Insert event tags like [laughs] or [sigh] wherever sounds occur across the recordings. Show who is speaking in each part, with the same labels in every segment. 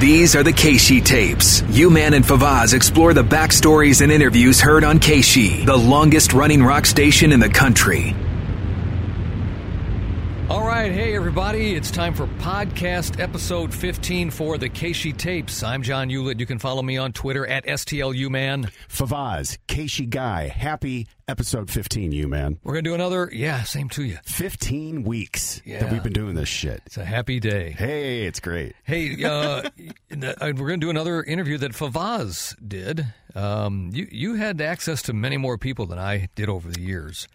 Speaker 1: These are the Keishi tapes. You Man and Favaz explore the backstories and interviews heard on Keishi, the longest running rock station in the country.
Speaker 2: All right, hey everybody, it's time for podcast episode 15 for the Keishi tapes. I'm John Hewlett. You can follow me on Twitter at STLUman.
Speaker 3: Favaz, Casey Guy, happy episode 15, you man.
Speaker 2: We're going to do another, yeah, same to you.
Speaker 3: 15 weeks
Speaker 2: Yeah.
Speaker 3: that we've been doing this shit.
Speaker 2: It's a happy day.
Speaker 3: Hey, it's great.
Speaker 2: Hey, uh, [laughs] n- uh, we're going to do another interview that Favaz did. Um, you you had access to many more people than I did over the years,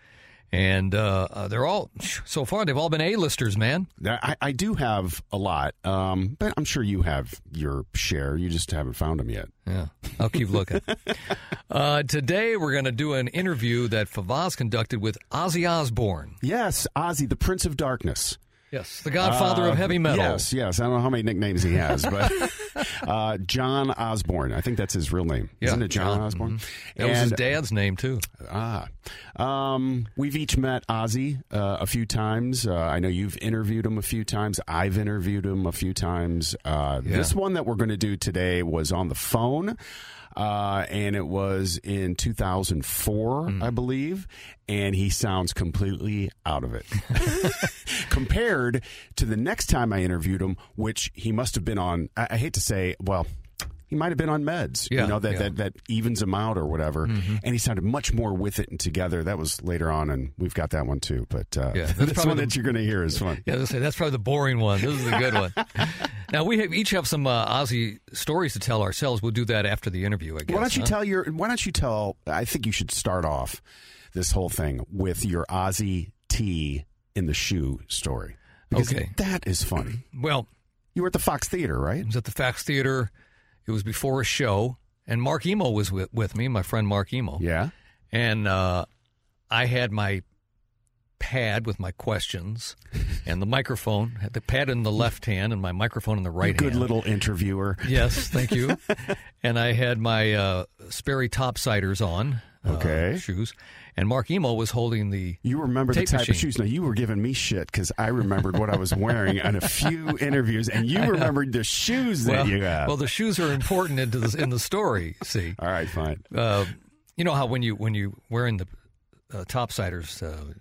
Speaker 2: and uh, uh, they're all so far they've all been A-listers, man.
Speaker 3: Now, I, I do have a lot, um, but I'm sure you have your share. You just haven't found them yet.
Speaker 2: Yeah, I'll keep looking. [laughs] uh, today we're going to do an interview that Favaz conducted with Ozzy Osbourne.
Speaker 3: Yes, Ozzy, the Prince of Darkness.
Speaker 2: Yes, the Godfather of
Speaker 3: Uh,
Speaker 2: heavy metal.
Speaker 3: Yes, yes. I don't know how many nicknames he has, but
Speaker 2: [laughs]
Speaker 3: uh, John Osborne. I think that's his real name.
Speaker 2: Yeah,
Speaker 3: Isn't it
Speaker 2: John,
Speaker 3: John,
Speaker 2: Mm-hmm.
Speaker 3: Osborne?
Speaker 2: That was his
Speaker 3: And-
Speaker 2: dad's name too.
Speaker 3: Ah, um, we've each met Ozzy uh, a few times. Uh, I know you've interviewed him a few times. I've interviewed him a few times. Uh,
Speaker 2: Yeah.
Speaker 3: This one that we're going to do today was on the phone, uh, and it was in 2004, I believe. And he sounds completely out of it [laughs] compared to the next time I interviewed him, which he must have been on. I, I hate to say, well. He might have been on meds,
Speaker 2: Yeah,
Speaker 3: you know that,
Speaker 2: yeah. Mm-hmm.
Speaker 3: that that evens him out or whatever. And he sounded much more with it and together. That was later on, and we've got that one too. But uh, [laughs]
Speaker 2: Yeah, that's
Speaker 3: this
Speaker 2: probably
Speaker 3: one
Speaker 2: the-
Speaker 3: that you're going to hear is fun.
Speaker 2: Yeah, I was gonna say that's probably the boring one. This is the good one. [laughs] now we have, each have some uh, Ozzy stories to tell ourselves. We'll do that after the interview. I guess.
Speaker 3: why don't you
Speaker 2: huh?
Speaker 3: tell your? Why don't you tell? I think you should start off this whole thing with your Ozzy T in the shoe story. Because
Speaker 2: Okay.
Speaker 3: that is funny.
Speaker 2: Well,
Speaker 3: You were at the Fox Theater, right?
Speaker 2: it was at the Fax Theater. It was before a show, and Mark Emo was with, with me, my friend Mark Emo,
Speaker 3: Yeah.
Speaker 2: and uh, I had my pad with my
Speaker 3: [laughs]
Speaker 2: questions and the microphone. Had the pad in the left hand and my microphone in the right
Speaker 3: Good
Speaker 2: hand.
Speaker 3: little interviewer.
Speaker 2: [laughs] Yes, thank you.
Speaker 3: [laughs]
Speaker 2: and I had my uh, Sperry topsiders on. uh,
Speaker 3: Okay.
Speaker 2: shoes. And Mark Emo was holding the.
Speaker 3: You remember
Speaker 2: Tape
Speaker 3: the type
Speaker 2: machine.
Speaker 3: of shoes. Now you were giving me shit because I remembered what I was wearing on a
Speaker 2: [laughs]
Speaker 3: few interviews, and you remembered the shoes that
Speaker 2: well,
Speaker 3: you had.
Speaker 2: well, the shoes are important into this, in the story. See,
Speaker 3: All right, fine.
Speaker 2: uh, you know how when you when you wearing the uh, topsiders, uh,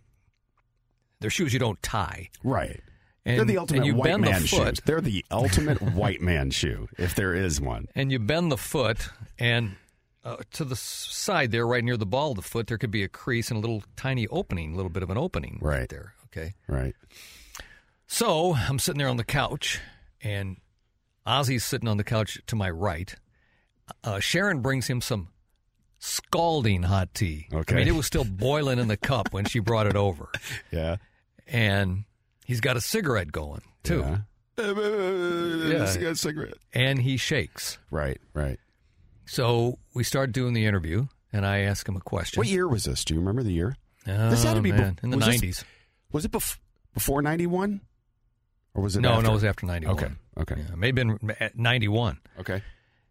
Speaker 2: they're shoes you don't tie.
Speaker 3: Right.
Speaker 2: And,
Speaker 3: They're the
Speaker 2: and
Speaker 3: ultimate
Speaker 2: you
Speaker 3: white
Speaker 2: bend
Speaker 3: man
Speaker 2: the
Speaker 3: shoes.
Speaker 2: foot,
Speaker 3: They're the ultimate white man shoe, if there is one.
Speaker 2: and you bend the foot, and uh, to the s- side there, right near the ball of the foot, there could be a crease and a little tiny opening, a little bit of an opening
Speaker 3: Right.
Speaker 2: right there. Okay.
Speaker 3: Right.
Speaker 2: So I'm sitting there on the couch, and Ozzy's sitting on the couch to my right. Uh, Sharon brings him some scalding hot tea.
Speaker 3: Okay.
Speaker 2: I mean, it was still boiling in the cup when she brought it over.
Speaker 3: Yeah.
Speaker 2: And he's got a cigarette going, too.
Speaker 3: Yeah.
Speaker 2: Yeah. And he shakes.
Speaker 3: Right, right.
Speaker 2: So we start doing the interview, and I ask him a question.
Speaker 3: What year was this? Do you remember the year?
Speaker 2: Oh,
Speaker 3: This had to be bef-
Speaker 2: man, in the
Speaker 3: was this
Speaker 2: 90s.
Speaker 3: Was it bef- before 91? Or was it
Speaker 2: no,
Speaker 3: after?
Speaker 2: no, it was after 91.
Speaker 3: Okay, okay.
Speaker 2: Yeah, it may have been at 91.
Speaker 3: Okay.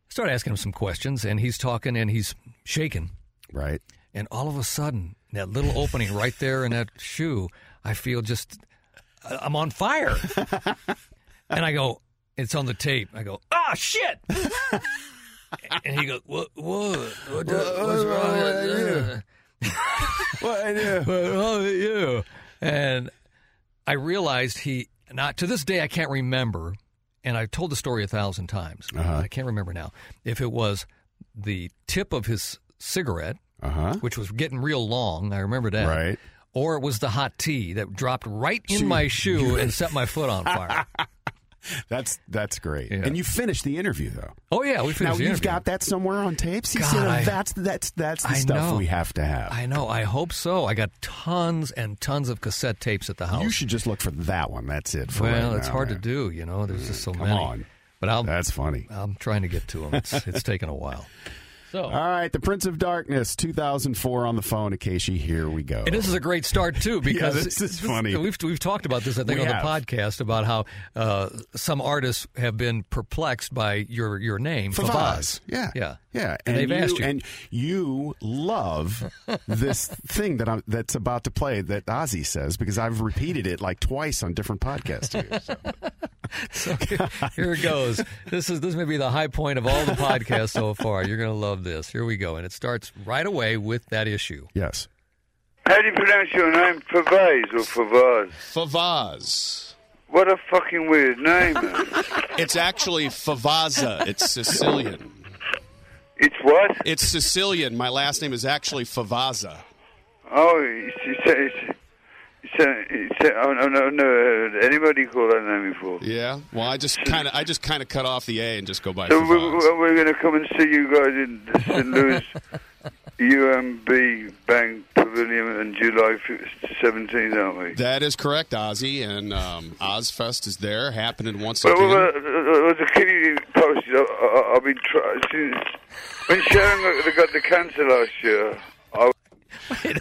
Speaker 2: Start asking him some questions, and he's talking, and he's shaking. [laughs]
Speaker 3: Right.
Speaker 2: And all of a sudden, that little opening right there in that shoe, I feel just, I- I'm on fire. and I go, it's on the tape. I go, ah, shit. and he goes, what, what, what the- what's wrong with
Speaker 3: Well,
Speaker 2: what's wrong with you? oh, And I realized he, not to this day, I can't remember. And I've told the story a thousand times.
Speaker 3: Uh-huh.
Speaker 2: I can't remember now if it was the tip of his cigarette
Speaker 3: uh huh.
Speaker 2: which was getting real long. I remember that.
Speaker 3: Right.
Speaker 2: Or it was the hot tea that dropped right in
Speaker 3: So
Speaker 2: my
Speaker 3: you- [laughs]
Speaker 2: shoe and set my foot on fire.
Speaker 3: That's that's great.
Speaker 2: Yeah.
Speaker 3: And you finished the interview though.
Speaker 2: Oh yeah, we
Speaker 3: now
Speaker 2: finished. the
Speaker 3: you've
Speaker 2: interview.
Speaker 3: got that somewhere on tapes. You
Speaker 2: God,
Speaker 3: said,
Speaker 2: I-
Speaker 3: that's that's that's the
Speaker 2: I
Speaker 3: stuff
Speaker 2: know.
Speaker 3: we have to have.
Speaker 2: I know. I hope so. I got tons and tons of cassette tapes at the house.
Speaker 3: you should just look for that one. That's it. For
Speaker 2: well,
Speaker 3: right
Speaker 2: it's
Speaker 3: now,
Speaker 2: hard
Speaker 3: man. Mm,
Speaker 2: to do. You know, there's just so
Speaker 3: Come
Speaker 2: many.
Speaker 3: on.
Speaker 2: But I'll,
Speaker 3: That's funny.
Speaker 2: I'm trying to get to them. It's, it's taken a while. So,
Speaker 3: All right, The Prince of Darkness, 2004 on the phone. Akeshi, here we go.
Speaker 2: [laughs] and this is a great start
Speaker 3: [laughs]
Speaker 2: too because
Speaker 3: this is funny.
Speaker 2: We've we've talked about this I think
Speaker 3: We
Speaker 2: on
Speaker 3: have.
Speaker 2: the podcast about how uh, some artists have been perplexed by your your name
Speaker 3: Favaz. Yeah.
Speaker 2: Yeah.
Speaker 3: Yeah.
Speaker 2: And they've
Speaker 3: you,
Speaker 2: asked you.
Speaker 3: And you
Speaker 2: [laughs]
Speaker 3: love this thing that I'm that's about to play that Ozzy says because I've repeated it like twice on different podcasts. Here,
Speaker 2: [laughs]
Speaker 3: so.
Speaker 2: Here it
Speaker 3: [laughs]
Speaker 2: goes. This is this may be the high point of all the podcasts so far. You're going to love this. Here we go, and it starts right away with that issue.
Speaker 3: Yes.
Speaker 4: How do you pronounce your name? Favaz or Favaz?
Speaker 5: Favaz.
Speaker 4: What a fucking weird name. man.
Speaker 5: It's actually Favaza. It's Sicilian.
Speaker 4: it's what?
Speaker 5: It's Sicilian. My last name is actually Favaza.
Speaker 4: Oh, it's, it's, it's, it's, it's, it's oh, no, no, no, heard anybody call that name before.
Speaker 5: Yeah. Well, I just kind of I just kind of cut off the A and just go by
Speaker 4: So we,
Speaker 5: Favaz.
Speaker 4: we- we're going to come and see you guys in the St. Louis UMB Bank Pavilion on July 17th, aren't we?
Speaker 5: That is correct, Ozzy, and um, Ozfest is there, happening once
Speaker 4: Well, well, uh,
Speaker 5: again.
Speaker 4: well, well, the community post, I, I, I've been trying since. When Sharon got- got the cancer last year,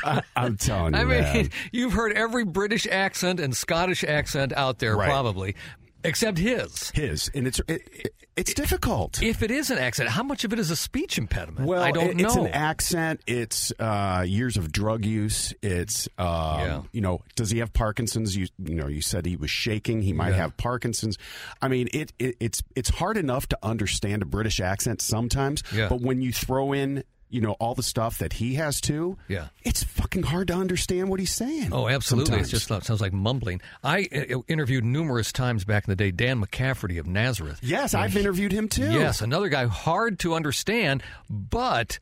Speaker 4: I
Speaker 3: I'm telling you.
Speaker 2: I mean,
Speaker 3: man.
Speaker 2: [laughs] you've heard every British accent and Scottish accent out there,
Speaker 3: Right.
Speaker 2: probably, except his.
Speaker 3: his and it's it, it, it's difficult.
Speaker 2: If it is an accent, how much of it is a speech impediment?
Speaker 3: Well,
Speaker 2: I don't
Speaker 3: it-
Speaker 2: know.
Speaker 3: It's an accent. It's uh, years of drug use. It's um,
Speaker 2: Yeah.
Speaker 3: you know, does he have Parkinson's? You you know, you said he was shaking. He might have Parkinson's. I mean, it, it it's it's hard enough to understand a British accent sometimes,
Speaker 2: Yeah.
Speaker 3: but when you throw in you know all the stuff that he has too,
Speaker 2: Yeah.
Speaker 3: it's fucking hard to understand what he's saying.
Speaker 2: Oh, absolutely! It's
Speaker 3: sometimes.
Speaker 2: just it sounds like mumbling. I uh, interviewed numerous times back in the day Dan McCafferty of Nazareth.
Speaker 3: yes, I've interviewed him too.
Speaker 2: Yes, another guy hard to understand, but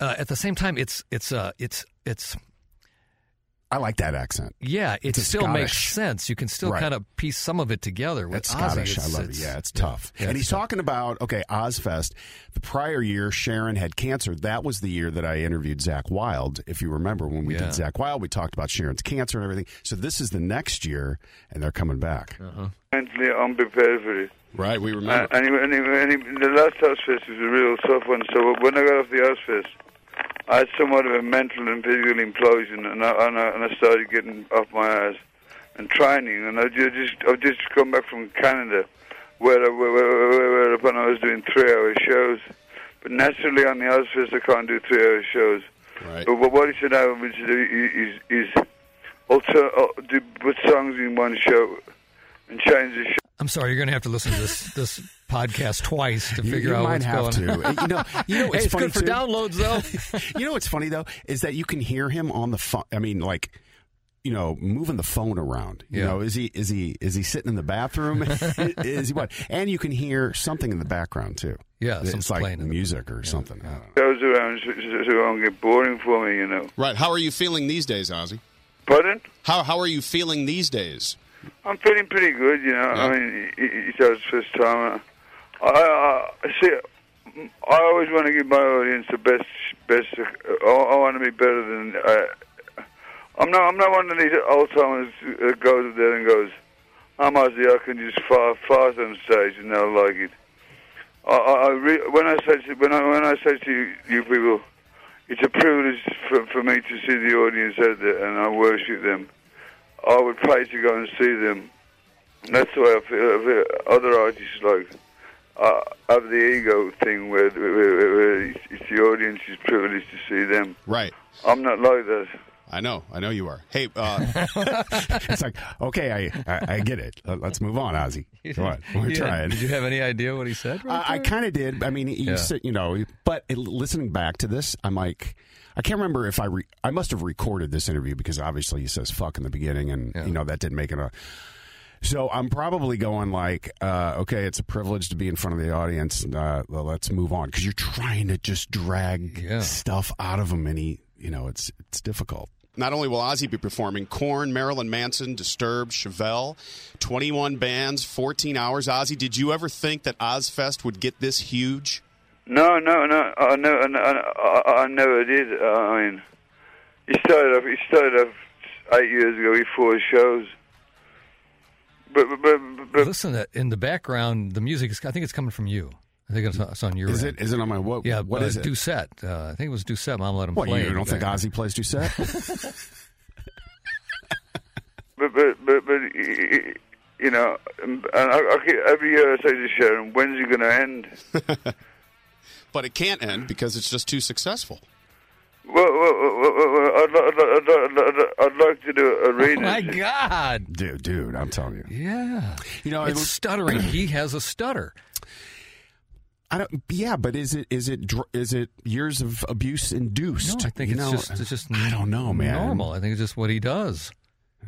Speaker 2: uh, at the same time, it's it's uh, it's it's
Speaker 3: I like that accent.
Speaker 2: yeah, it
Speaker 3: It's a
Speaker 2: still makes
Speaker 3: Scottish.
Speaker 2: sense. You can still
Speaker 3: Right.
Speaker 2: kind of piece some of it together with
Speaker 3: That's
Speaker 2: Ozzy.
Speaker 3: Scottish. I
Speaker 2: It's-
Speaker 3: love it. Yeah, it's tough.
Speaker 2: yeah,
Speaker 3: and
Speaker 2: it's
Speaker 3: he's talking about okay, Ozfest. The prior year, Sharon had cancer. That was the year that I interviewed Zach Wild. If you remember when we
Speaker 2: Yeah.
Speaker 3: did Zach Wild, we talked about Sharon's cancer and everything. So this is the next year, and they're coming back.
Speaker 4: mentally unprepared for it.
Speaker 5: Right. We
Speaker 4: Uh,
Speaker 5: remember.
Speaker 4: and, he, and, he, and he- the last house fest was a real tough one. So when I got off the house fest, I had somewhat of a mental and physical implosion, and I, and I, and I started getting off my ass and training. And I ju- just I just come back from Canada, where, I, where, where, where, where upon I was doing three-hour shows. But naturally on the house fest, I can't do three-hour shows.
Speaker 5: Right.
Speaker 4: But, what he said I was to do is, is alter, uh, do, put songs in one show and change the show.
Speaker 2: I'm sorry, you're going to have to listen to this this [laughs] podcast twice to
Speaker 3: You,
Speaker 2: figure
Speaker 3: you
Speaker 2: out
Speaker 3: might
Speaker 2: what's
Speaker 3: have
Speaker 2: going on.
Speaker 3: to. You know,
Speaker 2: [laughs]
Speaker 3: you know,
Speaker 2: Hey,
Speaker 3: it's,
Speaker 2: it's
Speaker 3: funny
Speaker 2: good for
Speaker 3: too.
Speaker 2: downloads though.
Speaker 3: you know what's funny though is that you can hear him on the phone. I mean, like you know, moving the phone around. You
Speaker 2: Yeah.
Speaker 3: know, is he is he is he sitting in
Speaker 2: [laughs]
Speaker 3: the bathroom? [laughs] is he what? And you can hear something in the background too.
Speaker 2: Yeah,
Speaker 3: it's
Speaker 2: something's
Speaker 3: like
Speaker 2: playing in the-
Speaker 3: music or something. I don't know.
Speaker 4: goes around so, so so it won't get boring for me, you know.
Speaker 5: Right. How are you feeling these days, Ozzy?
Speaker 4: Pardon?
Speaker 5: How how are you feeling these days?
Speaker 4: I'm feeling pretty good, you know. I
Speaker 5: Yeah.
Speaker 4: mean, it, it, it's our first time. I, I, I see. I always want to give my audience the best. Best. I, I want to be better than. I, I'm not. I'm not one of these old timers that goes up there and goes, "I'm Ozzy. I can just fart, fart on stage and they'll like it." I, I, I re- when I say to, when I when I say to you, you people, it's a privilege for, for me to see the audience out there, and I worship them. I would pay to go and see them. That's the way I feel. I feel other artists like uh, have the ego thing where, where, where, where it's, it's the audience is privileged to see them.
Speaker 5: Right.
Speaker 4: I'm not like that.
Speaker 5: I know. I know you are. Hey,
Speaker 2: [laughs]
Speaker 5: uh,
Speaker 3: [laughs] It's like, okay, I, I, I get it. Let- Let's move on, Ozzy. Come on, [laughs] we're
Speaker 2: Yeah.
Speaker 3: trying.
Speaker 2: Did you have any idea what he said? Right
Speaker 3: I, I kind of did. I mean, you,
Speaker 2: Yeah.
Speaker 3: said- you know, but it- listening back to this, I'm like, I can't remember if I re- I must have recorded this interview because obviously he says fuck in the beginning, and you know that didn't make it a. So I'm probably going like, uh, okay, it's a privilege to be in front of the audience. Uh, well, let's move on because you're trying to just drag
Speaker 2: Yeah.
Speaker 3: stuff out of him, and he, you know, it's it's difficult.
Speaker 5: not only will Ozzy be performing, Korn, Marilyn Manson, Disturbed, Chevelle, 21 bands, 14 hours. Ozzy, did you ever think that Ozfest would get this huge?
Speaker 4: No, no, no. I know. I know. I, I- I never did. Uh, I mean, he started off. He started off eight years ago. He four shows. but, but, but, but
Speaker 2: Listen, to that in the background, the music is. I think it's coming from you. I think it's, it's on your.
Speaker 3: Is
Speaker 2: end.
Speaker 3: it? Is it on my what?
Speaker 2: Yeah.
Speaker 3: what
Speaker 2: uh,
Speaker 3: is it?
Speaker 2: Doucette. Uh, I think it was Doucette. Mom let him
Speaker 3: What
Speaker 2: play.
Speaker 3: you
Speaker 2: it.
Speaker 3: don't think Ozzy plays Doucette?
Speaker 4: but but but, but y- y- you know, and I, I keep, every year I say to Sharon, "When's it going to end?"
Speaker 5: [laughs] But it can't end because it's just too successful.
Speaker 4: Well, well, well, well, well I'd, li- I'd, li- I'd, li- I'd, li- I'd like to do a
Speaker 2: Oh
Speaker 4: reading.
Speaker 2: my God.
Speaker 3: dude, dude, I'm telling you.
Speaker 2: Yeah.
Speaker 3: You know,
Speaker 2: it's
Speaker 3: it- [clears throat]
Speaker 2: stuttering. he has a stutter.
Speaker 3: I don't. Yeah, but is it is it dr- is it years of abuse induced?
Speaker 2: No, I think
Speaker 3: You
Speaker 2: it's
Speaker 3: know,
Speaker 2: just it's just
Speaker 3: I don't know, man.
Speaker 2: Normal. I think it's just what he does.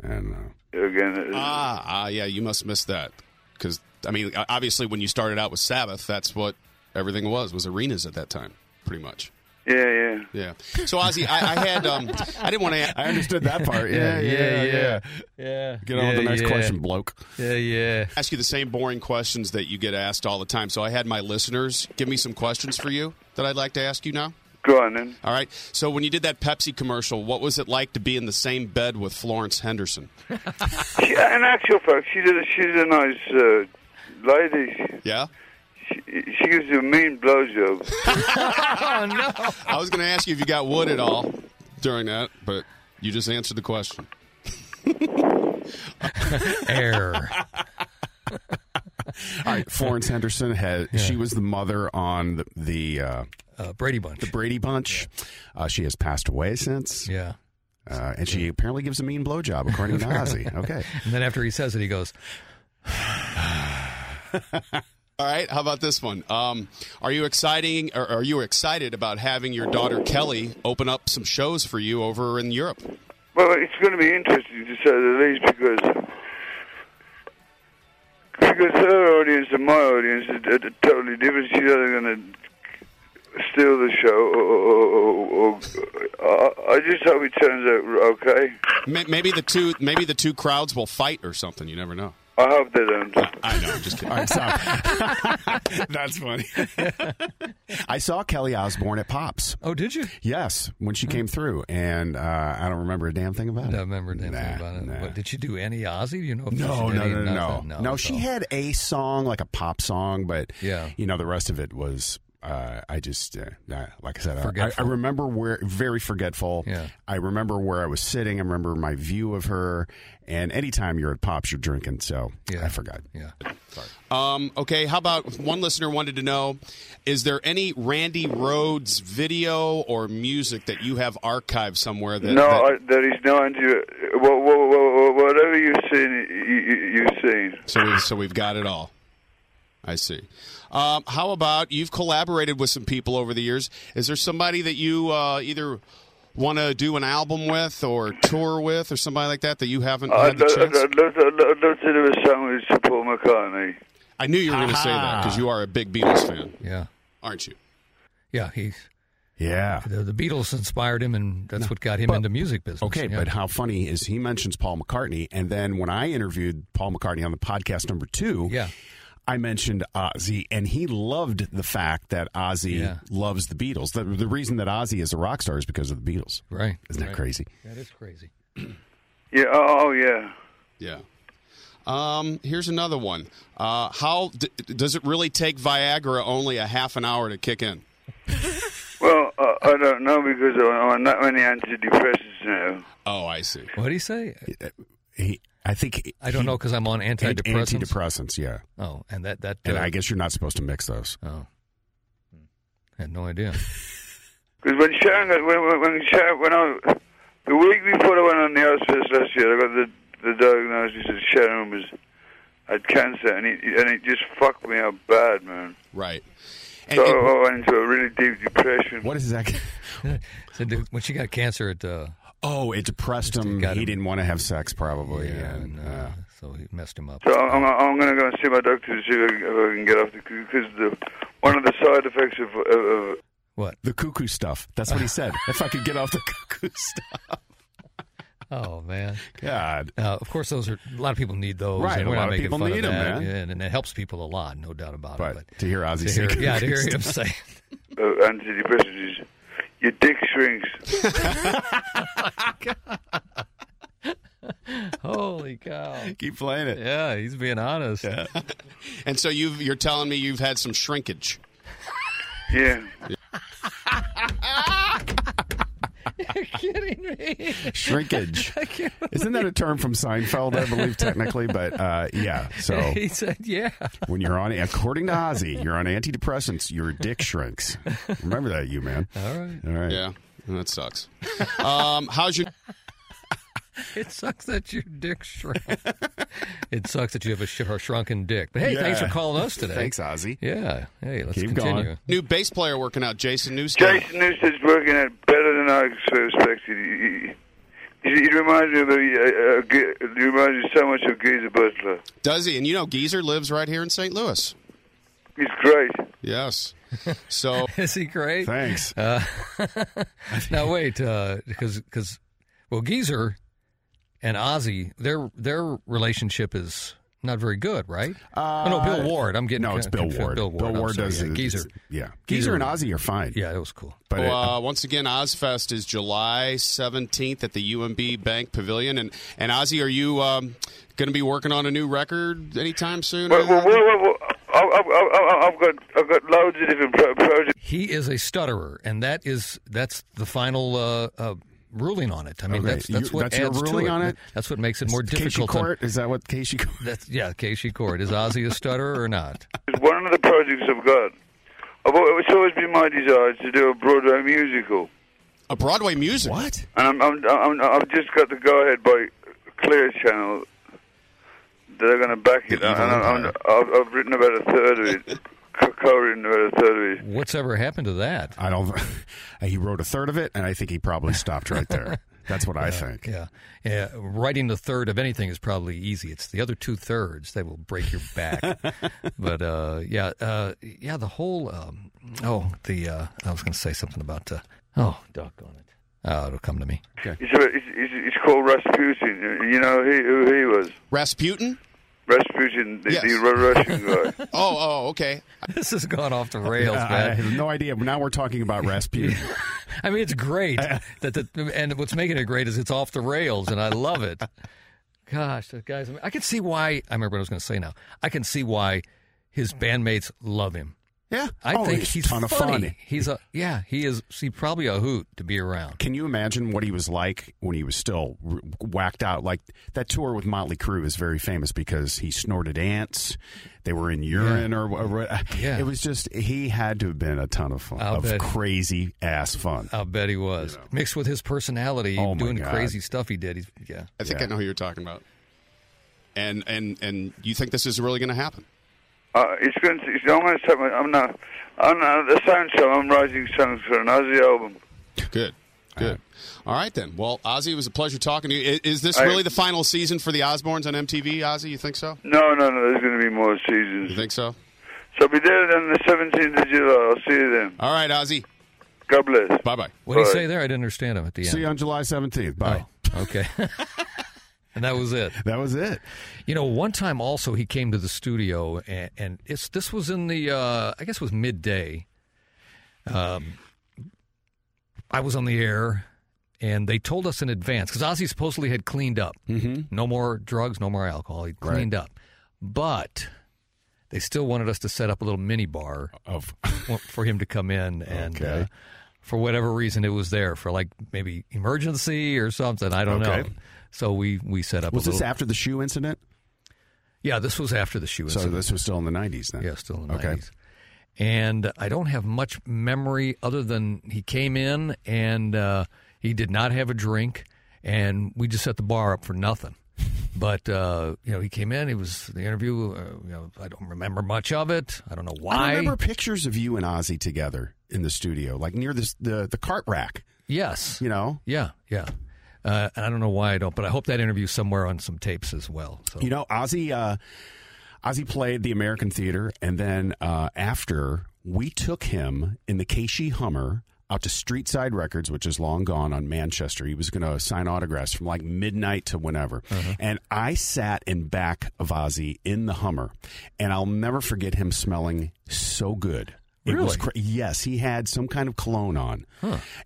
Speaker 3: I don't know.
Speaker 4: Again,
Speaker 5: Ah, ah, yeah, you must miss that because I mean, o- obviously, when you started out with Sabbath, that's what everything was was arenas at that time, pretty much.
Speaker 4: yeah, yeah.
Speaker 5: Yeah. So Ozzy, I, I had um, I didn't want to.
Speaker 3: I
Speaker 2: [laughs]
Speaker 3: understood that part. Yeah, yeah, yeah.
Speaker 2: Yeah.
Speaker 3: Get on with the next question, bloke.
Speaker 2: Yeah, yeah.
Speaker 5: ask you the same boring questions that you get asked all the time. So I had my listeners give me some questions for you that I'd like to ask you now.
Speaker 4: Go on then.
Speaker 5: All right. So when you did that Pepsi commercial, what was it like to be in the same bed with Florence Henderson?
Speaker 4: She, in actual fact, she's a, she's a nice uh, lady.
Speaker 5: Yeah.
Speaker 4: She, she gives you a mean blowjob.
Speaker 2: Oh no.
Speaker 5: I was going to ask you if you got wood at all during that, but you just answered the question.
Speaker 2: Air.
Speaker 3: All right, Florence Henderson had she was the mother on the the, uh,
Speaker 2: Uh, Brady Bunch.
Speaker 3: the Brady Bunch. Uh, she has passed away since,
Speaker 2: yeah.
Speaker 3: uh, and she apparently gives a mean blowjob, according to Ozzy. Okay,
Speaker 2: And then after he says it, he goes,
Speaker 5: All right, how about this one? Um, are you exciting or are you excited about having your daughter Kelly open up some shows for you over in Europe?
Speaker 4: Well, it's going to be interesting to say the least because because her audience and my audience are, are totally different. She's either going to steal the show or, or, or, or I, I just hope it turns out okay.
Speaker 5: May- Maybe the two maybe the two crowds will fight or something. You never know.
Speaker 4: I hope they don't.
Speaker 5: I know. I'm just kidding.
Speaker 3: all right, so [laughs] that's funny. I saw Kelly Osborne at Pops.
Speaker 2: "Oh, did you?"
Speaker 3: Yes, when she came through, and uh, I don't remember a damn thing about
Speaker 2: I
Speaker 3: it.
Speaker 2: don't remember anything
Speaker 3: Nah,
Speaker 2: about it.
Speaker 3: nah.
Speaker 2: What, did she do any Ozzy? Do you know? If
Speaker 3: No,
Speaker 2: she did
Speaker 3: no,
Speaker 2: any,
Speaker 3: no, no,
Speaker 2: nothing?
Speaker 3: no. No, she
Speaker 2: so-
Speaker 3: had a song, like a pop song, but
Speaker 2: Yeah.
Speaker 3: you know, the rest of it was. Uh, I just, uh, uh, like I said, I- I, I
Speaker 2: Forgetful.
Speaker 3: remember where very forgetful.
Speaker 2: Yeah.
Speaker 3: I remember where I was sitting. I remember my view of her. And anytime you're at pops, you're drinking. So
Speaker 2: Yeah.
Speaker 3: I forgot.
Speaker 2: Yeah.
Speaker 5: Um, okay, how about one listener wanted to know is there any Randy Rhodes video or music that you have archived somewhere that,
Speaker 4: no,
Speaker 5: that-
Speaker 4: I, there is no anti. wha- wha- wha- wha- Whatever you've seen, you, you, you've seen.
Speaker 5: So we've, so we've got it all. I see. Um, how about you've collaborated with some people over the years? Is there somebody that you uh, either want to do an album with or tour with or somebody like that that you haven't
Speaker 3: Uh,
Speaker 5: had
Speaker 4: I'd,
Speaker 5: the
Speaker 4: lo- I'd,
Speaker 5: chance?
Speaker 4: I'd, love to, I'd lo- I'd love to do a song with Sir Paul McCartney.
Speaker 5: I knew you were going to say that because you are a big Beatles fan,
Speaker 2: Yeah.
Speaker 5: aren't you?
Speaker 2: Yeah. He.
Speaker 3: Yeah.
Speaker 2: The, the Beatles inspired him, and that's what got him into music business.
Speaker 3: Okay,
Speaker 2: Yeah.
Speaker 3: but how funny is he mentions Paul McCartney, and then when I interviewed Paul McCartney on the podcast number two,
Speaker 2: Yeah.
Speaker 3: I mentioned Ozzy, and he loved the fact that Ozzy
Speaker 2: Yeah.
Speaker 3: loves the Beatles. The, the reason that Ozzy is a rock star is because of the Beatles.
Speaker 2: right.
Speaker 3: Isn't that
Speaker 2: Right.
Speaker 3: crazy?
Speaker 2: That is crazy.
Speaker 4: Yeah, oh, oh yeah.
Speaker 5: Yeah. Um, here's another one. Uh, how d- does it really take Viagra only a half an hour to kick in?
Speaker 4: Well, uh, I don't know because I'm on that many antidepressants now.
Speaker 5: Oh, I see.
Speaker 2: What did he say?
Speaker 3: He, I think.
Speaker 2: I don't
Speaker 3: he-
Speaker 2: know because I'm on
Speaker 3: ant-
Speaker 2: antidepressants.
Speaker 3: Antidepressants, yeah.
Speaker 2: Oh, and that that.
Speaker 3: And
Speaker 2: uh,
Speaker 3: I guess you're not supposed to mix those.
Speaker 2: Oh. I had no
Speaker 3: [laughs]
Speaker 2: idea.
Speaker 4: Because when Sharon, got, when when, when, Sharon, when I, the week before I went on the hospice last year, I got the the diagnosis that Sharon was had cancer, and it and it just fucked me up bad, man.
Speaker 5: Right. And,
Speaker 4: So
Speaker 5: and-
Speaker 4: I went into a really deep depression.
Speaker 3: What is that? [laughs]
Speaker 2: So, dude, when she got cancer, it uh,
Speaker 3: Oh, it depressed him.
Speaker 2: got
Speaker 3: He
Speaker 2: him.
Speaker 3: didn't want to have sex, probably.
Speaker 2: yeah,
Speaker 3: and,
Speaker 2: and, uh,
Speaker 3: uh,
Speaker 2: so he messed him up.
Speaker 4: So um, I'm, I'm going to go and see my doctor to see if I, can- if I can get off the because the one of the side effects of, of, of
Speaker 2: What?
Speaker 3: the cuckoo stuff. That's what he said.
Speaker 2: [laughs]
Speaker 3: if I could get off the [laughs] cuckoo stuff.
Speaker 2: Oh man!
Speaker 3: God.
Speaker 2: Uh, of course, those are a lot of people need those.
Speaker 3: Right,
Speaker 2: and
Speaker 3: a
Speaker 2: we're
Speaker 3: lot
Speaker 2: not
Speaker 3: of
Speaker 2: making
Speaker 3: people
Speaker 2: fun
Speaker 3: need
Speaker 2: of
Speaker 3: 'em,
Speaker 2: that,
Speaker 3: man.
Speaker 2: And, and it helps people a lot, no doubt about
Speaker 3: But
Speaker 2: it.
Speaker 3: to hear Ozzy
Speaker 2: to
Speaker 3: say
Speaker 2: hear, yeah, to
Speaker 3: cuckoo
Speaker 2: hear him
Speaker 3: stuff.
Speaker 2: say,
Speaker 4: uh, antidepressants is your dick shrinks.
Speaker 2: Holy cow.
Speaker 3: [laughs] Keep playing
Speaker 2: [laughs]
Speaker 3: it.
Speaker 2: Yeah, he's being honest.
Speaker 5: And so you've, you're telling me you've had some shrinkage.
Speaker 4: Yeah.
Speaker 2: You're kidding me.
Speaker 3: Shrinkage. Isn't that a term from Seinfeld,
Speaker 2: [laughs]
Speaker 3: I believe, technically? But uh, yeah. So
Speaker 2: [laughs] He said, [laughs] yeah.
Speaker 3: when you're on, according to Ozzy, you're on antidepressants, your dick shrinks. Remember that, you man. All right. All right.
Speaker 5: Yeah, that sucks. [laughs] Um, how's your
Speaker 2: It sucks that your dick shrunk.
Speaker 3: [laughs]
Speaker 2: it sucks that you have a, sh- a shrunken dick. But hey, thanks for
Speaker 3: Yeah.
Speaker 2: calling us today.
Speaker 3: Thanks, Ozzy.
Speaker 2: Yeah. Hey, let's
Speaker 3: Keep
Speaker 2: continue.
Speaker 3: going.
Speaker 5: new bass player working out, Jason Newstead?
Speaker 4: Jason Newsted's working out better than I suspected. He, he, he reminds me of a, a, a, Ge- he reminds me so much of Geezer Butler.
Speaker 5: Does he? And you know, Geezer lives right here in St. Louis.
Speaker 4: He's great.
Speaker 5: Yes. So
Speaker 2: [laughs] Is he great?
Speaker 3: Thanks.
Speaker 2: Uh, Now wait, because because well, Geezer and Ozzy, their their relationship is not very good, right? oh, no, Bill Ward. I'm getting
Speaker 3: Uh, no, it's
Speaker 2: kind of
Speaker 3: Bill
Speaker 2: confused.
Speaker 3: Ward.
Speaker 2: Bill Ward. I'm sorry.
Speaker 3: does
Speaker 2: yeah,
Speaker 3: it.
Speaker 2: Geezer.
Speaker 3: Yeah. Geezer and Ozzy are fine.
Speaker 2: Yeah, that was cool.
Speaker 3: But it-
Speaker 5: Well, uh, once again, Ozfest is July 17th at the UMB Bank Pavilion. And, and Ozzy, are you um, going to be working on a new record anytime soon?
Speaker 4: Well, well, well, well, I, I, I, I've got I've got loads of different pro- projects.
Speaker 2: He is a stutterer, and that is that's the final. Uh, uh, Ruling on it. I mean,
Speaker 3: Okay,
Speaker 2: that's that's
Speaker 3: you-
Speaker 2: what
Speaker 3: that's your
Speaker 2: adds
Speaker 3: ruling
Speaker 2: to it.
Speaker 3: on it?
Speaker 2: That's what makes it more
Speaker 3: Casey
Speaker 2: uh, difficult. to-
Speaker 3: Court, is that what Casey Court?
Speaker 2: that's yeah, Casey Court. Is Ozzy a stutterer or not?
Speaker 4: One of the projects I've got, I've, al- it's always been my desire to do a Broadway musical,
Speaker 5: a Broadway music.
Speaker 3: What?
Speaker 4: and I'm, I'm, I'm, I've just got the go ahead by Clear Channel. that They're going to back it,
Speaker 5: The
Speaker 4: and
Speaker 5: evil
Speaker 4: I'm, I'm, I've, I've written about a third of it, co- co-written about a third of it.
Speaker 2: What's ever happened to that?
Speaker 3: I don't. [laughs] he wrote a third of it, and I think he probably stopped
Speaker 2: [laughs]
Speaker 3: right there. That's what I think.
Speaker 2: Yeah, yeah. Writing the third of anything is probably easy. It's the other two thirds that will break your
Speaker 3: [laughs]
Speaker 2: back. but uh, yeah, uh, yeah. The whole um, oh, the uh, I was going to say something about uh, oh, doggone it. Oh, it'll come to me. [laughs]
Speaker 4: It's, a, it's, it's, it's called Rasputin. You know he, who he was?
Speaker 5: Rasputin?
Speaker 4: Rasputin, the, the
Speaker 5: Yes.
Speaker 4: Ru- Russian
Speaker 5: [laughs]
Speaker 4: guy.
Speaker 5: Oh, oh, okay.
Speaker 2: This has gone off the rails,
Speaker 3: Yeah, I
Speaker 2: man.
Speaker 3: have no idea. Now we're
Speaker 2: [laughs]
Speaker 3: talking about Rasputin.
Speaker 2: I mean, it's
Speaker 3: [laughs]
Speaker 2: great that the and what's making it great is it's off the rails, and I love it. Gosh, that guy's. I can see why. I remember what I was going to say now. I can see why his bandmates love him.
Speaker 3: yeah,
Speaker 2: I
Speaker 3: Oh,
Speaker 2: think
Speaker 3: he's,
Speaker 2: he's,
Speaker 3: a ton of
Speaker 2: funny.
Speaker 3: fun.
Speaker 2: He's a yeah. He is. He probably a hoot to be around.
Speaker 3: Can you imagine what he was like when he was still r- whacked out? Like that tour with Motley Crue is very famous because he snorted ants. They were in urine or, or
Speaker 2: Yeah.
Speaker 3: it was just he had to have been a ton of fun,
Speaker 2: I'll
Speaker 3: of
Speaker 2: bet. Oh,
Speaker 3: crazy ass fun.
Speaker 2: I bet he was mixed with his personality,
Speaker 3: Oh, my
Speaker 2: doing
Speaker 3: God.
Speaker 2: crazy stuff he did. He's, yeah,
Speaker 5: I think I know who you're talking about. And and and you think this is really going to happen?
Speaker 4: Uh, it's going to, it's, I'm going to my, I'm not, I'm not, the sound show, I'm writing songs for an Aussie album.
Speaker 5: Good. Good. All right then. Well, Ozzy, it was a pleasure talking to you. I- Is this
Speaker 4: I-
Speaker 5: really the final season for the Osbournes on MTV, Ozzy? You think so?
Speaker 4: No, no, no, there's going to be more
Speaker 5: You
Speaker 4: seasons.
Speaker 5: think so?
Speaker 4: So I'll be there on the 17th of July. I'll see you then.
Speaker 5: All right, Ozzy.
Speaker 4: God bless.
Speaker 5: Bye bye.
Speaker 2: what did he
Speaker 4: Right.
Speaker 2: say there? I didn't understand him at the
Speaker 3: See you
Speaker 2: end.
Speaker 3: on July seventeenth. Bye.
Speaker 2: Oh, okay, [laughs] and that was it.
Speaker 3: That was it.
Speaker 2: You know, one time also he came to the studio, and, and it's this was in the uh, I guess it was midday. Um, I was on the air, and they told us in advance because Ozzy supposedly had cleaned up, mm-hmm. no more drugs, no more alcohol. He cleaned up, but they still wanted us to set up a little mini bar
Speaker 3: Of
Speaker 2: wa- for him to come in, and
Speaker 3: Okay.
Speaker 2: uh, for whatever reason it was there for like maybe emergency or something. I don't
Speaker 3: Okay.
Speaker 2: know. So we we set up.
Speaker 3: was
Speaker 2: a little,
Speaker 3: this after the shoe incident?
Speaker 2: yeah, this was after the shoe
Speaker 3: So
Speaker 2: incident.
Speaker 3: this was still in the nineties then.
Speaker 2: yeah, still in the
Speaker 3: Okay.
Speaker 2: 90s. And I don't have much memory other than he came in and uh, he did not have a drink, and we just set the bar up for nothing. But uh, you know, he came in. He was the interview. Uh, you know, I don't remember much of it. I don't know why.
Speaker 3: I remember pictures of you and Ozzy together in the studio, like near this the the cart rack.
Speaker 2: yes.
Speaker 3: You know,
Speaker 2: Yeah. Yeah. Uh, and I don't know why I don't, but I hope that interview's somewhere on some tapes as well. So
Speaker 3: You know, Ozzy, uh, Ozzy played the American Theater, and then uh, after we took him in the Casey Hummer out to Streetside Records, which is long gone on Manchester. He was going to sign autographs from like midnight to whenever. And I sat in back of Ozzy in the Hummer, and I'll never forget him smelling so good. It was
Speaker 2: Really?
Speaker 3: cra- yes, he had some kind of cologne on,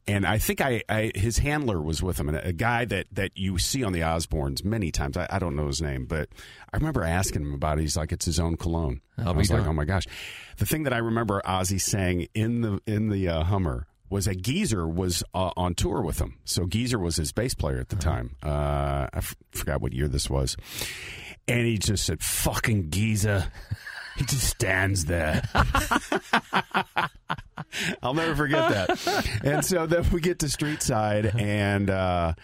Speaker 3: and I think I, I his handler was with him, and a guy that that you see on the Osbournes many times. I, I don't know his name, but I remember asking him about it. He's like, "It's his own cologne."
Speaker 2: I'll
Speaker 3: I
Speaker 2: be
Speaker 3: was like,
Speaker 2: darned.
Speaker 3: "Oh my gosh!" The thing that I remember Ozzy saying in the in the uh, Hummer was that Geezer was uh, on tour with him. So Geezer was his bass player at the
Speaker 2: Uh-huh.
Speaker 3: time. Uh, I f- forgot what year this was, and he just said, "Fucking Geezer." [laughs] He just stands there. [laughs] I'll never forget that. and so then we get to street side, and uh,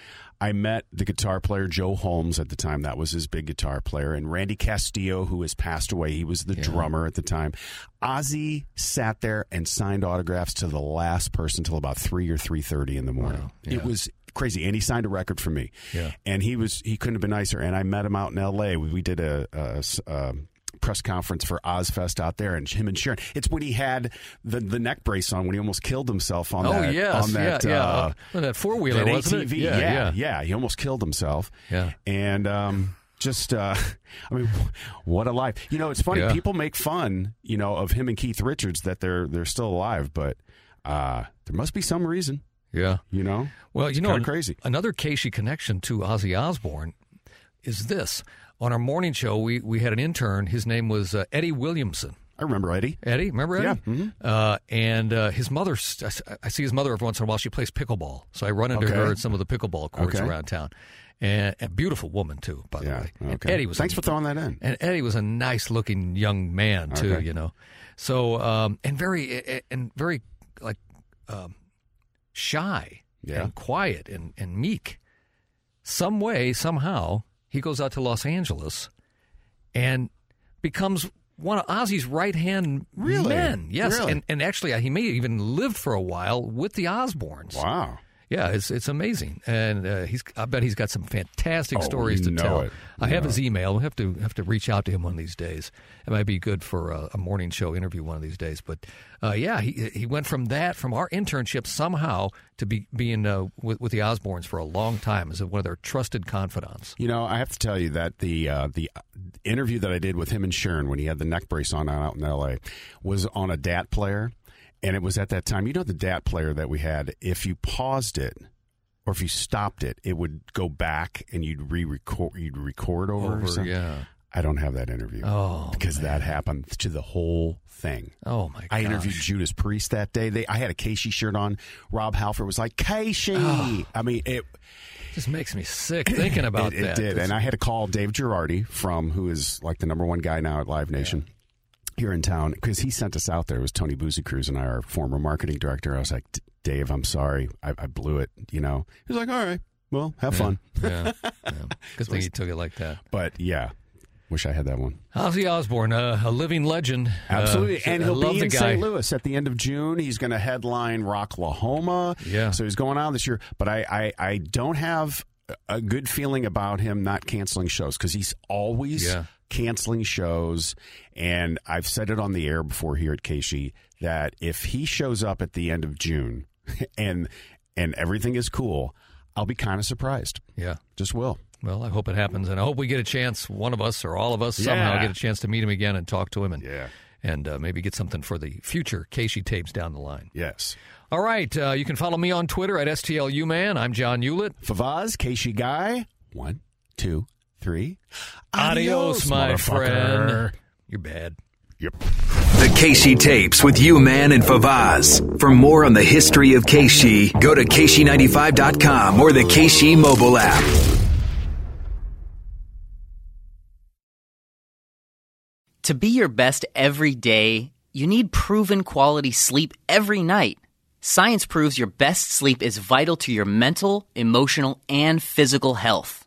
Speaker 3: I met the guitar player Joe Holmes at the time. That was his big guitar player, and Randy Castillo, who has passed away. He was the drummer at the time. Ozzy sat there and signed autographs to the last person till about three or three thirty in the morning. It was crazy, and he signed a record for me.
Speaker 2: Yeah.
Speaker 3: and he was he couldn't have been nicer. And I met him out in L.A. We, we did a. a s- um, press conference for Ozfest out there, and him and Sharon. It's when he had the the neck brace on when he almost killed himself on
Speaker 2: oh
Speaker 3: that
Speaker 2: yes,
Speaker 3: on that
Speaker 2: yeah, yeah.
Speaker 3: uh,
Speaker 2: Well, that four
Speaker 3: that
Speaker 2: wheeler wasn't
Speaker 3: ATV.
Speaker 2: it?
Speaker 3: Yeah yeah,
Speaker 2: yeah.
Speaker 3: He almost killed himself.
Speaker 2: Yeah.
Speaker 3: and um, just uh, [laughs] I mean, what a life. You know, it's funny.
Speaker 2: Yeah.
Speaker 3: People make fun, you know, of him and Keith Richards that they're they're still alive, but uh, there must be some reason.
Speaker 2: yeah.
Speaker 3: You know,
Speaker 2: Well, you know,
Speaker 3: Kinda
Speaker 2: an-
Speaker 3: crazy.
Speaker 2: Another Casey connection to Ozzy Osbourne is this. On our morning show, we, we had an intern. His name was uh, Eddie Williamson.
Speaker 3: I remember Eddie.
Speaker 2: Eddie, remember Eddie?
Speaker 3: Yeah, mhm.
Speaker 2: Uh, and uh, his mother, I, s- I see his mother every once in a while. She plays pickleball, so I run into
Speaker 3: Okay.
Speaker 2: her at some of the pickleball courts
Speaker 3: Okay.
Speaker 2: around town. And a beautiful woman too, by the
Speaker 3: Yeah,
Speaker 2: way. And
Speaker 3: okay.
Speaker 2: Eddie was
Speaker 3: Thanks
Speaker 2: a,
Speaker 3: for throwing that in.
Speaker 2: and Eddie was a nice-looking young man too,
Speaker 3: Okay.
Speaker 2: you know. So um, and very and very like um, shy
Speaker 3: Yeah.
Speaker 2: and quiet and, and meek. Some way, somehow, he goes out to Los Angeles and becomes one of Ozzy's right hand
Speaker 3: Really?
Speaker 2: men. Yes,
Speaker 3: Really?
Speaker 2: and and actually, uh, he may even lived for a while with the Osbournes.
Speaker 3: Wow.
Speaker 2: Yeah, it's it's amazing, and uh, he's. I bet he's got some fantastic
Speaker 3: Oh,
Speaker 2: stories
Speaker 3: you
Speaker 2: to
Speaker 3: know
Speaker 2: tell.
Speaker 3: it.
Speaker 2: I
Speaker 3: You
Speaker 2: have
Speaker 3: know
Speaker 2: his email. We have to have to reach out to him one of these days. It might be good for a, a morning show interview one of these days. But uh, yeah, he he went from that from our internship somehow to be being uh, with, with the Osbournes for a long time as one of their trusted confidants.
Speaker 3: You know, I have to tell you that the uh, the interview that I did with him and Sharon when he had the neck brace on out in L.A. was on a DAT player, and it was at that time. You know, the DAT player that we had, if you paused it or if you stopped it, it would go back and you'd re-record, you'd record over. or something.
Speaker 2: yeah.
Speaker 3: I don't have that interview
Speaker 2: Oh,
Speaker 3: because that happened to the whole thing.
Speaker 2: Oh my!
Speaker 3: I
Speaker 2: gosh.
Speaker 3: interviewed Judas Priest that day. They, I had a Casey shirt on. Rob Halford was like, Casey.
Speaker 2: Oh.
Speaker 3: I mean, it,
Speaker 2: This makes me sick
Speaker 3: [laughs]
Speaker 2: thinking about
Speaker 3: it, it
Speaker 2: that.
Speaker 3: did, and I had to call Dave Girardi from who is like the number one guy now at Live Nation. Here in town, because he sent us out there. It was Tony Boozy Cruz and I, our former marketing director. I was like, "D- Dave, I'm sorry. I, I blew it. You know, he was like, all right, well, have fun.
Speaker 2: yeah,
Speaker 3: [laughs]
Speaker 2: yeah. Good thing he took it like that.
Speaker 3: But yeah, wish I had that one.
Speaker 2: Ozzy Osbourne, uh, a living legend.
Speaker 3: Absolutely.
Speaker 2: Uh,
Speaker 3: and
Speaker 2: I
Speaker 3: he'll
Speaker 2: love
Speaker 3: be
Speaker 2: the
Speaker 3: in
Speaker 2: guy.
Speaker 3: St. Louis at the end of June. He's going to headline Rocklahoma.
Speaker 2: Yeah.
Speaker 3: So he's going on this year. But I, I, I don't have a good feeling about him not canceling shows because he's always
Speaker 2: Yeah.
Speaker 3: canceling shows. And I've said it on the air before here at Casey that if he shows up at the end of June [laughs] and and everything is cool, I'll be kind of surprised.
Speaker 2: Yeah.
Speaker 3: Just will.
Speaker 2: Well, I hope it happens, and I hope we get a chance, one of us or all of us, somehow
Speaker 3: Yeah.
Speaker 2: get a chance to meet him again and talk to him, and
Speaker 3: Yeah.
Speaker 2: and uh, maybe get something for the future Casey tapes down the line.
Speaker 3: Yes.
Speaker 2: All right, uh, you can follow me on Twitter at stluman. I'm John Hewlett.
Speaker 3: Favaz, Casey Guy. One, two, three.
Speaker 2: Adios, my
Speaker 3: motherfucker.
Speaker 2: friend. You're bad.
Speaker 3: Yep.
Speaker 1: The Keishi tapes with you, man, and Favaz. For more on the history of Keishi, go to Keishi95.com or the Keishi mobile app.
Speaker 6: To be your best every day, you need proven quality sleep every night. Science proves your best sleep is vital to your mental, emotional, and physical health.